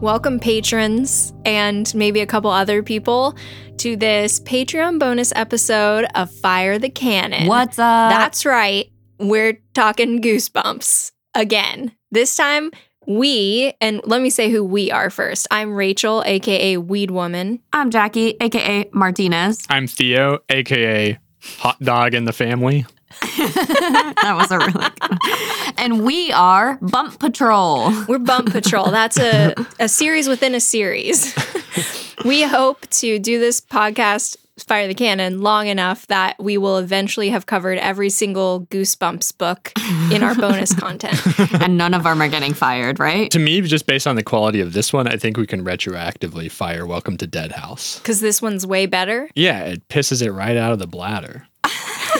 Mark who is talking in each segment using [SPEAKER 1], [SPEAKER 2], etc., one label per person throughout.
[SPEAKER 1] welcome patrons and maybe a couple other people to this Patreon bonus episode of Fire the Cannon.
[SPEAKER 2] What's up?
[SPEAKER 1] That's right. We're talking goosebumps again. This time, we, and let me say who we are first. I'm Rachel, AKA Weed Woman.
[SPEAKER 2] I'm Jackie, aka Martinez.
[SPEAKER 3] I'm Theo, aka Hot Dog in the Family.
[SPEAKER 2] that was a really good one. And we are Bump Patrol.
[SPEAKER 1] We're Bump Patrol. That's a, a series within a series. we hope to do this podcast, Fire the Cannon, long enough that we will eventually have covered every single Goosebumps book in our bonus content.
[SPEAKER 2] and none of them are getting fired, right?
[SPEAKER 3] To me, just based on the quality of this one, I think we can retroactively fire Welcome to Dead House.
[SPEAKER 1] Because this one's way better.
[SPEAKER 3] Yeah, it pisses it right out of the bladder.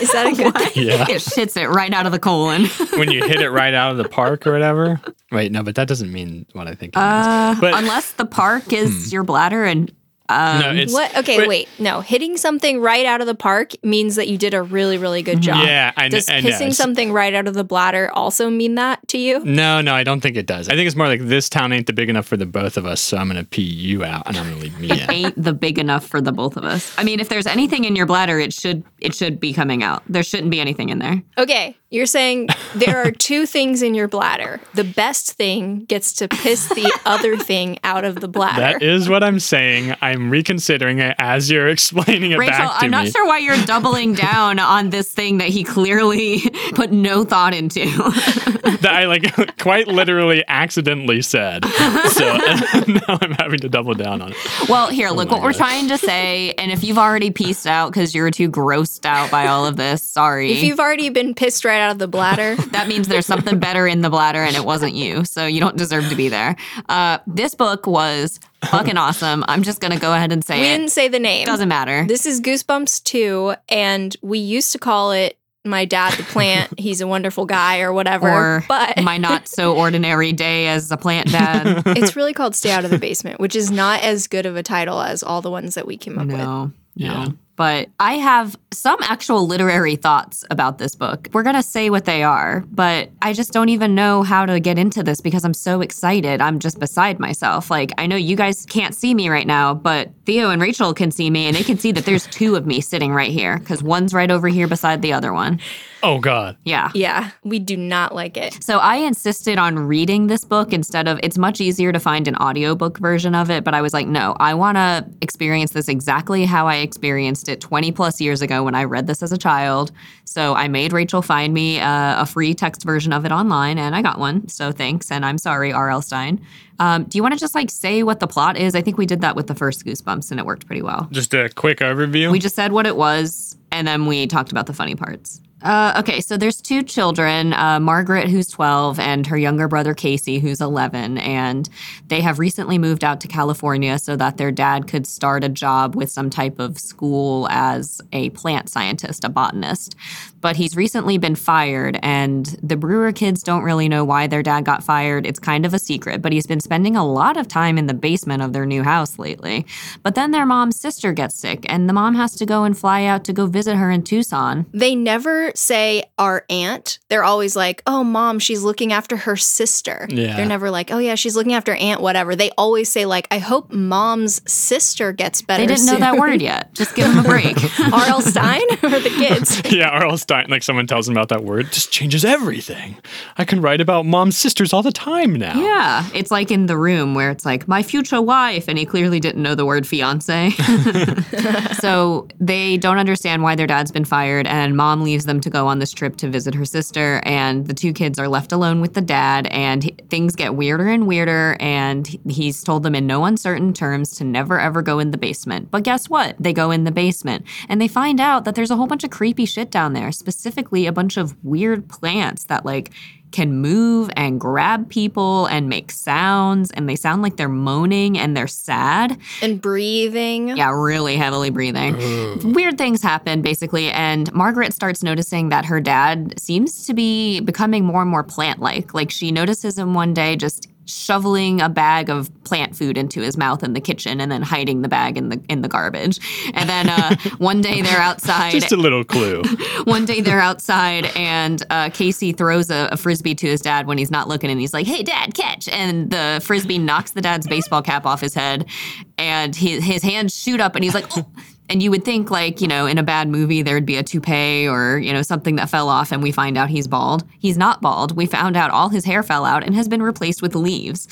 [SPEAKER 1] Is that a good thing?
[SPEAKER 3] Yeah.
[SPEAKER 2] It shits it right out of the colon.
[SPEAKER 3] when you hit it right out of the park or whatever. Wait, no, but that doesn't mean what I think it
[SPEAKER 2] Uh,
[SPEAKER 3] means. But Hmm.
[SPEAKER 2] unless the park is your bladder and um,
[SPEAKER 3] no, it's
[SPEAKER 1] What? Okay,
[SPEAKER 3] but-
[SPEAKER 1] wait. No, hitting something right out of the park means that you did a really, really good job.
[SPEAKER 3] Mm-hmm. Yeah, I, kn-
[SPEAKER 1] Does
[SPEAKER 3] I know.
[SPEAKER 1] pissing something right out of the bladder also mean that to you?
[SPEAKER 3] No, no, I don't think it does. I think it's more like this town ain't the big enough for the both of us, so I'm gonna pee you out and I'm gonna leave me in.
[SPEAKER 2] ain't the big enough for the both of us. I mean, if there's anything in your bladder, it should it should be coming out. There shouldn't be anything in there.
[SPEAKER 1] Okay, you're saying there are two things in your bladder. The best thing gets to piss the other thing out of the bladder.
[SPEAKER 3] That is what I'm saying. I'm reconsidering it as you're explaining it
[SPEAKER 2] Rachel,
[SPEAKER 3] back to
[SPEAKER 2] I'm not
[SPEAKER 3] me.
[SPEAKER 2] sure why you're doubling down on this thing that he clearly put no thought into.
[SPEAKER 3] that I like quite literally accidentally said. So now I'm having to double down on it.
[SPEAKER 2] well, here, look
[SPEAKER 3] my
[SPEAKER 2] what we're
[SPEAKER 3] gosh.
[SPEAKER 2] trying to say. And if you've already pieced out because you're too grossed out by all of this, sorry.
[SPEAKER 1] if you've already been pissed right out of the bladder,
[SPEAKER 2] that means there's something better in the bladder and it wasn't you. So you don't deserve to be there. Uh, this book was fucking awesome. I'm just going to go ahead and
[SPEAKER 1] we
[SPEAKER 2] say it.
[SPEAKER 1] didn't say the name.
[SPEAKER 2] Doesn't matter.
[SPEAKER 1] This is Goosebumps 2, and we used to call it My Dad the Plant. He's a wonderful guy or whatever.
[SPEAKER 2] or
[SPEAKER 1] but
[SPEAKER 2] my not so ordinary day as a plant dad.
[SPEAKER 1] it's really called Stay Out of the Basement, which is not as good of a title as all the ones that we came up with.
[SPEAKER 2] no,
[SPEAKER 3] Yeah.
[SPEAKER 2] no. But I have some actual literary thoughts about this book. We're going to say what they are, but I just don't even know how to get into this because I'm so excited. I'm just beside myself. Like, I know you guys can't see me right now, but Theo and Rachel can see me and they can see that there's two of me sitting right here because one's right over here beside the other one.
[SPEAKER 3] Oh God.
[SPEAKER 2] Yeah.
[SPEAKER 1] Yeah, we do not like it.
[SPEAKER 2] So I insisted on reading this book instead of it's much easier to find an audiobook version of it, but I was like, no, I want to experience this exactly how I experienced it 20 plus years ago when I read this as a child. So I made Rachel find me uh, a free text version of it online and I got one. So thanks and I'm sorry R.L. Stein. Um, do you want to just like say what the plot is? I think we did that with the first Goosebumps and it worked pretty well.
[SPEAKER 3] Just a quick overview.
[SPEAKER 2] We just said what it was, and then we talked about the funny parts. Uh, okay, so there's two children, uh, Margaret, who's 12, and her younger brother, Casey, who's 11. And they have recently moved out to California so that their dad could start a job with some type of school as a plant scientist, a botanist. But he's recently been fired, and the Brewer kids don't really know why their dad got fired. It's kind of a secret, but he's been spending a lot of time in the basement of their new house lately. But then their mom's sister gets sick, and the mom has to go and fly out to go visit her in Tucson.
[SPEAKER 1] They never say our aunt. They're always like, oh, mom, she's looking after her sister.
[SPEAKER 3] Yeah.
[SPEAKER 1] They're never like, oh, yeah, she's looking after aunt, whatever. They always say, like, I hope mom's sister gets better.
[SPEAKER 2] They didn't know
[SPEAKER 1] soon."
[SPEAKER 2] that word yet. Just give them a break.
[SPEAKER 1] R.L. Stein or the kids?
[SPEAKER 3] yeah, R.L. Stein. Like someone tells him about that word, just changes everything. I can write about mom's sisters all the time now.
[SPEAKER 2] Yeah, it's like in the room where it's like my future wife, and he clearly didn't know the word fiance. so they don't understand why their dad's been fired, and mom leaves them to go on this trip to visit her sister, and the two kids are left alone with the dad, and he- things get weirder and weirder, and he- he's told them in no uncertain terms to never ever go in the basement. But guess what? They go in the basement, and they find out that there's a whole bunch of creepy shit down there, specifically a bunch of weird plants that like can move and grab people and make sounds and they sound like they're moaning and they're sad.
[SPEAKER 1] And breathing.
[SPEAKER 2] Yeah, really heavily breathing. Weird things happen basically and Margaret starts noticing that her dad seems to be becoming more and more plant-like. Like she notices him one day just shoveling a bag of plant food into his mouth in the kitchen and then hiding the bag in the in the garbage. And then uh, one day they're outside.
[SPEAKER 3] Just a little clue.
[SPEAKER 2] one day they're outside and uh, Casey throws a, a frisbee to his dad when he's not looking, and he's like, "Hey, dad, catch!" And the frisbee knocks the dad's baseball cap off his head, and his his hands shoot up, and he's like. "Oh." And you would think, like, you know, in a bad movie, there'd be a toupee or, you know, something that fell off, and we find out he's bald. He's not bald. We found out all his hair fell out and has been replaced with leaves.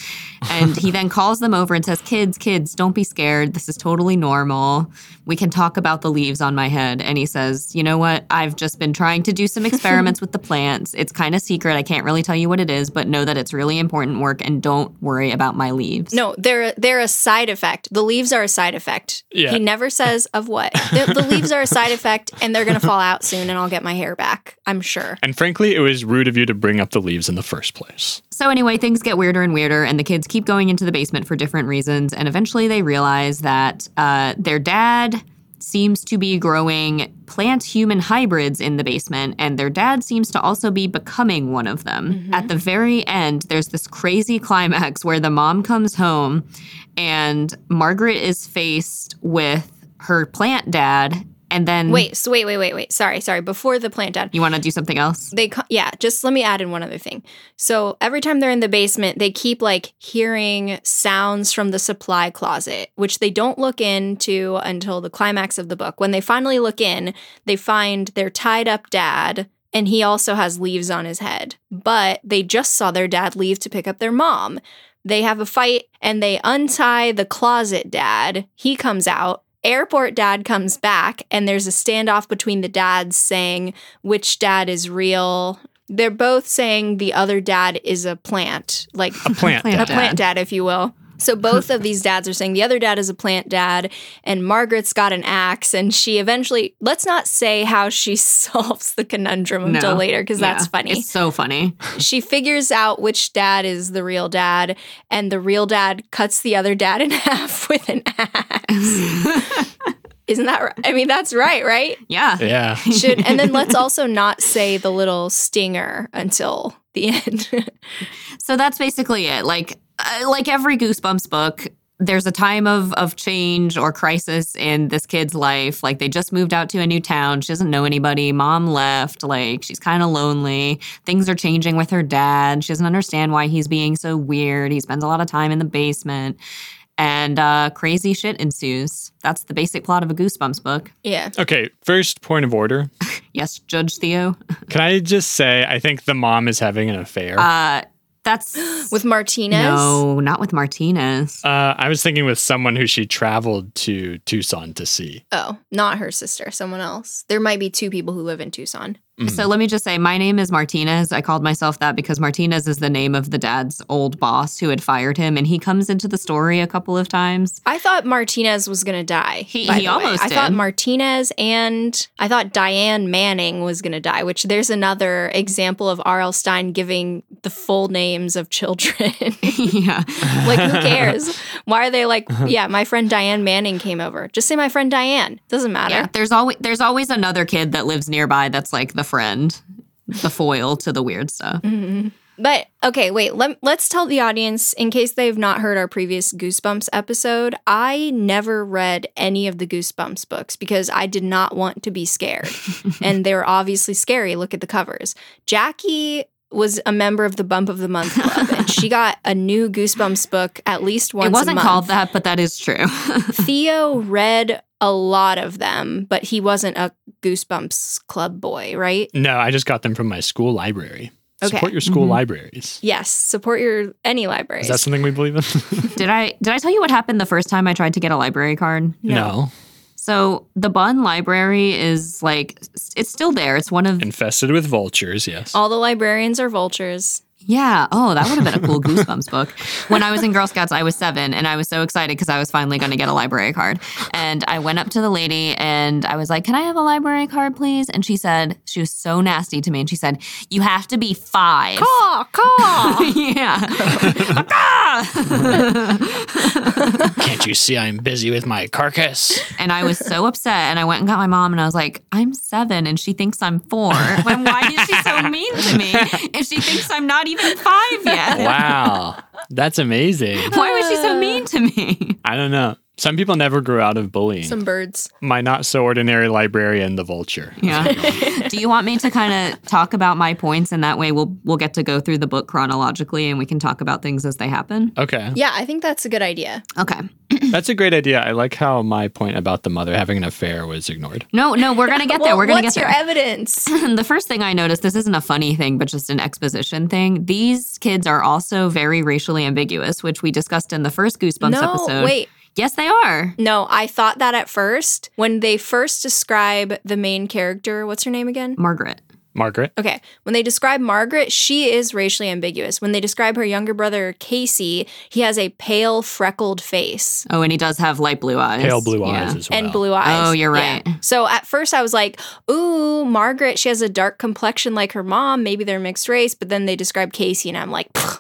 [SPEAKER 2] And he then calls them over and says, Kids, kids, don't be scared. This is totally normal. We can talk about the leaves on my head. And he says, You know what? I've just been trying to do some experiments with the plants. It's kind of secret. I can't really tell you what it is, but know that it's really important work and don't worry about my leaves.
[SPEAKER 1] No, they're they're a side effect. The leaves are a side effect.
[SPEAKER 3] Yeah.
[SPEAKER 1] He never says of what. The, the leaves are a side effect, and they're gonna fall out soon, and I'll get my hair back. I'm sure.
[SPEAKER 3] And frankly, it was rude of you to bring up the leaves in the first place.
[SPEAKER 2] So anyway, things get weirder and weirder, and the kids keep going into the basement for different reasons. And eventually, they realize that uh, their dad seems to be growing plant-human hybrids in the basement, and their dad seems to also be becoming one of them.
[SPEAKER 1] Mm-hmm.
[SPEAKER 2] At the very end, there's this crazy climax where the mom comes home, and Margaret is faced with her plant dad, and then
[SPEAKER 1] Wait, so wait, wait, wait, wait. Sorry, sorry. Before the plant dad,
[SPEAKER 2] You want to do something else?
[SPEAKER 1] they co- yeah just let me add in one other thing so every time they're in the basement they keep like hearing sounds from the supply closet which they don't look into until the climax of the book when they finally look in they find their tied up dad and he also has leaves on his head but they just saw their dad leave to pick up their mom they have a fight and they untie the closet dad he comes out Airport dad comes back, and there's a standoff between the dads saying, which dad is real. They're both saying the other dad is a plant, like
[SPEAKER 3] A plant.
[SPEAKER 2] Plant
[SPEAKER 1] a
[SPEAKER 3] dad.
[SPEAKER 2] dad.
[SPEAKER 1] plant dad, if you will. So both of these dads are saying the other dad is a plant dad, and Margaret's got an axe, and she eventually let's not say how she solves the conundrum
[SPEAKER 2] No.
[SPEAKER 1] until later because that's
[SPEAKER 2] Yeah.
[SPEAKER 1] funny.
[SPEAKER 2] It's so funny.
[SPEAKER 1] she figures out which dad is the real dad, and the real dad cuts the other dad in half with an axe. Isn't that right? I mean, that's right, right?
[SPEAKER 2] Yeah.
[SPEAKER 3] Yeah.
[SPEAKER 1] Should and then let's also not say the little stinger until the end.
[SPEAKER 2] So that's basically it. Like uh, like every Goosebumps book, there's a time of of change or crisis in this kid's life. Like they just moved out to a new town. She doesn't know anybody. Mom left. Like she's kind of lonely. Things are changing with her dad. She doesn't understand why he's being so weird. He spends a lot of time in the basement. And uh, crazy shit ensues. That's the basic plot of a Goosebumps book.
[SPEAKER 1] yeah.
[SPEAKER 3] Okay, first point of order.
[SPEAKER 2] Yes, Judge Theo.
[SPEAKER 3] Can I just say, I think the mom is having an affair. Uh,
[SPEAKER 2] Uh, that's
[SPEAKER 1] With Martinez.
[SPEAKER 2] no, not with Martinez.
[SPEAKER 3] Uh, I was thinking with someone who she traveled to Tucson to see.
[SPEAKER 1] Oh, not her sister, someone else. There might be two people who live in Tucson.
[SPEAKER 2] So let me just say, my name is Martinez. I called myself that because Martinez is the name of the dad's old boss who had fired him, and he comes into the story a couple of times.
[SPEAKER 1] I thought Martinez was going to die.
[SPEAKER 2] He-
[SPEAKER 1] by
[SPEAKER 2] he
[SPEAKER 1] the way.
[SPEAKER 2] almost
[SPEAKER 1] I thought
[SPEAKER 2] did.
[SPEAKER 1] Martinez and I thought Diane Manning was going to die, which there's another example of R.L. Stein giving the full names of children.
[SPEAKER 2] yeah,
[SPEAKER 1] like who cares? Why are they like, yeah, my friend Diane Manning came over. Just say my friend Diane. Doesn't matter.
[SPEAKER 2] yeah. There's always there's always another kid that lives nearby that's like the friend, the foil to the weird stuff.
[SPEAKER 1] But okay, wait, let, let's tell the audience in case they've not heard our previous Goosebumps episode. I never read any of the Goosebumps books because I did not want to be scared. and they're obviously scary. Look at the covers. Jackie was a member of the Bump of the Month Club and she got a new Goosebumps book at least once
[SPEAKER 2] it wasn't
[SPEAKER 1] a month.
[SPEAKER 2] called that, but that is true.
[SPEAKER 1] Theo read a lot of them, but he wasn't a Goosebumps Club boy, right?
[SPEAKER 3] No, I just got them from my school library.
[SPEAKER 1] Okay.
[SPEAKER 3] Support your school
[SPEAKER 2] Mhm.
[SPEAKER 3] libraries.
[SPEAKER 1] Yes, support your any libraries.
[SPEAKER 3] Is that something we believe in?
[SPEAKER 2] did I did I tell you what happened the first time I tried to get a library card? So the Bunn Library is like s- it's still there. It's one of
[SPEAKER 3] Infested with vultures, yes.
[SPEAKER 1] All the librarians are vultures.
[SPEAKER 2] Yeah. Oh, that would have been a cool Goosebumps book. When I was in Girl Scouts, I was seven and I was so excited because I was finally going to get a library card. And I went up to the lady and I was like, Can I have a library card, please? And she said, She was so nasty to me. And she said, You have to be five.
[SPEAKER 1] Caw, caw.
[SPEAKER 2] yeah.
[SPEAKER 4] Can't you see I'm busy with my carcass?
[SPEAKER 2] And I was so upset. And I went and got my mom, and I was like, I'm seven, and she thinks I'm four. When, why is she so mean to me if she thinks I'm not even five yet?
[SPEAKER 4] Wow. That's amazing.
[SPEAKER 2] Why was she so mean to me?
[SPEAKER 3] I don't know. Some people never grew out of bullying.
[SPEAKER 1] Some birds.
[SPEAKER 3] My not so ordinary librarian, the vulture.
[SPEAKER 2] Yeah. Do you want me to kind of talk about my points, and that way we'll we'll get to go through the book chronologically, and we can talk about things as they happen.
[SPEAKER 3] Okay.
[SPEAKER 1] Yeah, I think that's a good idea.
[SPEAKER 2] Okay.
[SPEAKER 3] That's a great idea. I like how my point about the mother having an affair was ignored.
[SPEAKER 2] No, no, we're gonna get there.
[SPEAKER 1] Well,
[SPEAKER 2] We're gonna
[SPEAKER 1] what's
[SPEAKER 2] get there.
[SPEAKER 1] your evidence?
[SPEAKER 2] the first thing I noticed, this isn't a funny thing, but just an exposition thing. These kids are also very racially ambiguous, which we discussed in the first Goosebumps
[SPEAKER 1] no,
[SPEAKER 2] episode.
[SPEAKER 1] wait.
[SPEAKER 2] Yes, they are.
[SPEAKER 1] No, I thought that at first. When they first describe the main character, what's her name again?
[SPEAKER 2] Margaret.
[SPEAKER 3] Margaret?
[SPEAKER 1] Okay. When they describe Margaret, she is racially ambiguous. When they describe her younger brother, Casey, he has a pale, freckled face
[SPEAKER 2] Oh, and he does have light blue eyes.
[SPEAKER 3] Pale blue
[SPEAKER 2] Yeah.
[SPEAKER 3] eyes as well.
[SPEAKER 1] and blue eyes.
[SPEAKER 2] Oh, you're right.
[SPEAKER 1] So at first I was like, ooh, Margaret, she has a dark complexion like her mom. Maybe they're mixed race. But then they describe Casey, and I'm like, "Pfft."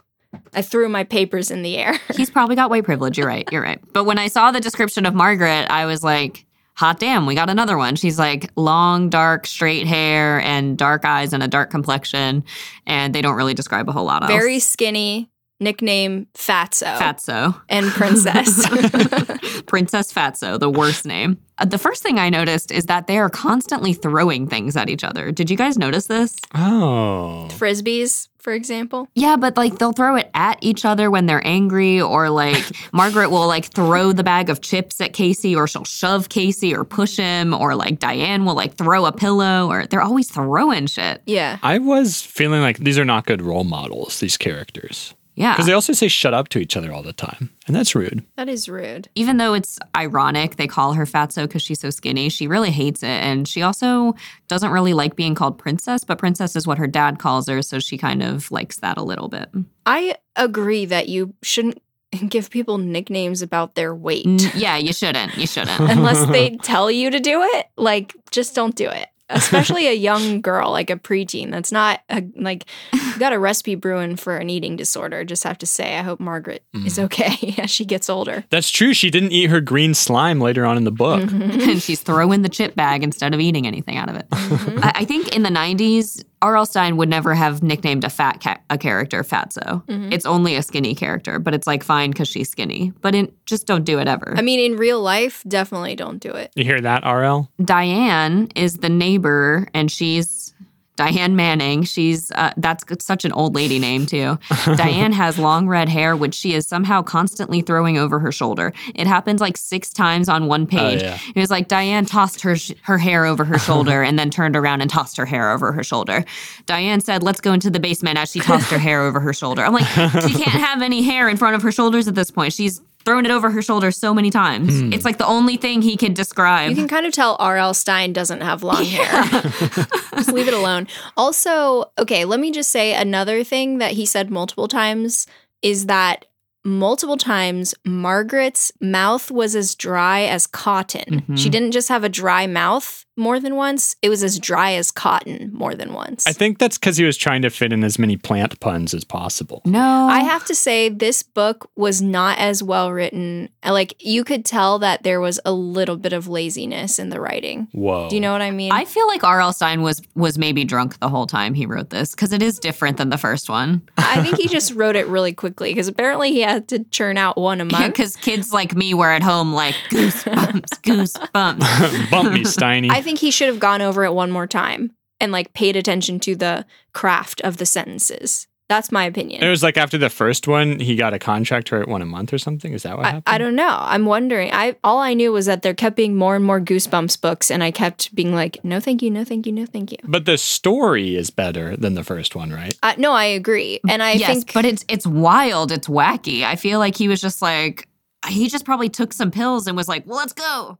[SPEAKER 1] I threw my papers in the air.
[SPEAKER 2] He's probably got white privilege. You're right. You're right. But when I saw the description of Margaret, I was like, hot damn, we got another one. She's like long, dark, straight hair and dark eyes and a dark complexion. And they don't really describe a whole lot else.
[SPEAKER 1] Very skinny, nickname Fatso
[SPEAKER 2] fatso.
[SPEAKER 1] and Princess.
[SPEAKER 2] Princess Fatso, the worst name. Uh, the first thing I noticed is that they are constantly throwing things at each other. Did you guys notice this?
[SPEAKER 3] Oh.
[SPEAKER 1] Frisbees, for example.
[SPEAKER 2] Yeah, but like they'll throw it at each other when they're angry, or like Margaret will like throw the bag of chips at Casey, or she'll shove Casey or push him, or like Diane will like throw a pillow, or they're always throwing shit.
[SPEAKER 1] Yeah.
[SPEAKER 3] I was feeling like these are not good role models, these characters.
[SPEAKER 2] Yeah.
[SPEAKER 3] Because they also say shut up to each other all the time. And that's rude.
[SPEAKER 1] That is rude.
[SPEAKER 2] even though it's ironic they call her fatso because she's so skinny, she really hates it. And she also doesn't really like being called princess, but princess is what her dad calls her. So she kind of likes that a little bit.
[SPEAKER 1] I agree that you shouldn't give people nicknames about their weight.
[SPEAKER 2] N- yeah, you shouldn't. You shouldn't.
[SPEAKER 1] Unless they tell you to do it, like just don't do it. Especially a young girl, like a preteen. That's not a, like you got a recipe brewing for an eating disorder. Just have to say, I hope Margaret is okay as she gets older.
[SPEAKER 3] That's true. She didn't eat her green slime later on in the book.
[SPEAKER 1] Mm-hmm.
[SPEAKER 2] and she's throwing the chip bag instead of eating anything out of it. I-, I think in the 90s, R.L. Stein would never have nicknamed a fat ca- a character fatso. It's only a skinny character, but it's like fine because she's skinny. But in- just don't do it ever.
[SPEAKER 1] I mean, in real life, definitely don't do it.
[SPEAKER 3] You hear that, RL?
[SPEAKER 2] Diane is the neighbor, and she's Diane Manning. She's uh, that's such an old lady name too. Diane has long red hair, which she is somehow constantly throwing over her shoulder. It happens like six times on one page.
[SPEAKER 3] yeah.
[SPEAKER 2] It was like Diane tossed her sh- her hair over her shoulder and then turned around and tossed her hair over her shoulder. Diane said, "Let's go into the basement," as she tossed her hair over her shoulder. I'm like, she can't have any hair in front of her shoulders at this point. She's thrown it over her shoulder so many times. It's like the only thing he could describe.
[SPEAKER 1] You can kind of tell R.L. Stein doesn't have long hair. just leave it alone. Also, okay, let me just say another thing that he said multiple times is that multiple times Margaret's mouth was as dry as cotton.
[SPEAKER 3] Mm-hmm.
[SPEAKER 1] She didn't just have a dry mouth more than once, it was as dry as cotton more than once.
[SPEAKER 3] I think that's because he was trying to fit in as many plant puns as possible.
[SPEAKER 2] No.
[SPEAKER 1] I have to say, this book was not as well written. Like, you could tell that there was a little bit of laziness in the writing.
[SPEAKER 3] Whoa.
[SPEAKER 1] Do you know what I mean?
[SPEAKER 2] I feel like R.L. Stein was was maybe drunk the whole time he wrote this because it is different than the first one.
[SPEAKER 1] I think he just wrote it really quickly because apparently he had to churn out one a month.
[SPEAKER 2] Because kids like me were at home like goosebumps, goosebumps.
[SPEAKER 3] Bump me, Steiny.
[SPEAKER 1] I think he should have gone over it one more time and like paid attention to the craft of the sentences. That's my
[SPEAKER 3] it
[SPEAKER 1] opinion.
[SPEAKER 3] was like after the first one, he got a contract for it one a month or something. Is that what
[SPEAKER 1] I,
[SPEAKER 3] happened?
[SPEAKER 1] I don't know. I'm wondering. I all I knew was that there kept being more and more Goosebumps books, and I kept being like, "No, thank you, no, thank you, no, thank you."
[SPEAKER 3] But the story is better than the first one, right?
[SPEAKER 1] Uh, no, I agree, and I
[SPEAKER 2] yes,
[SPEAKER 1] think
[SPEAKER 2] but it's it's wild. It's wacky. I feel like he was just like he just probably took some pills and was like, well, let's go.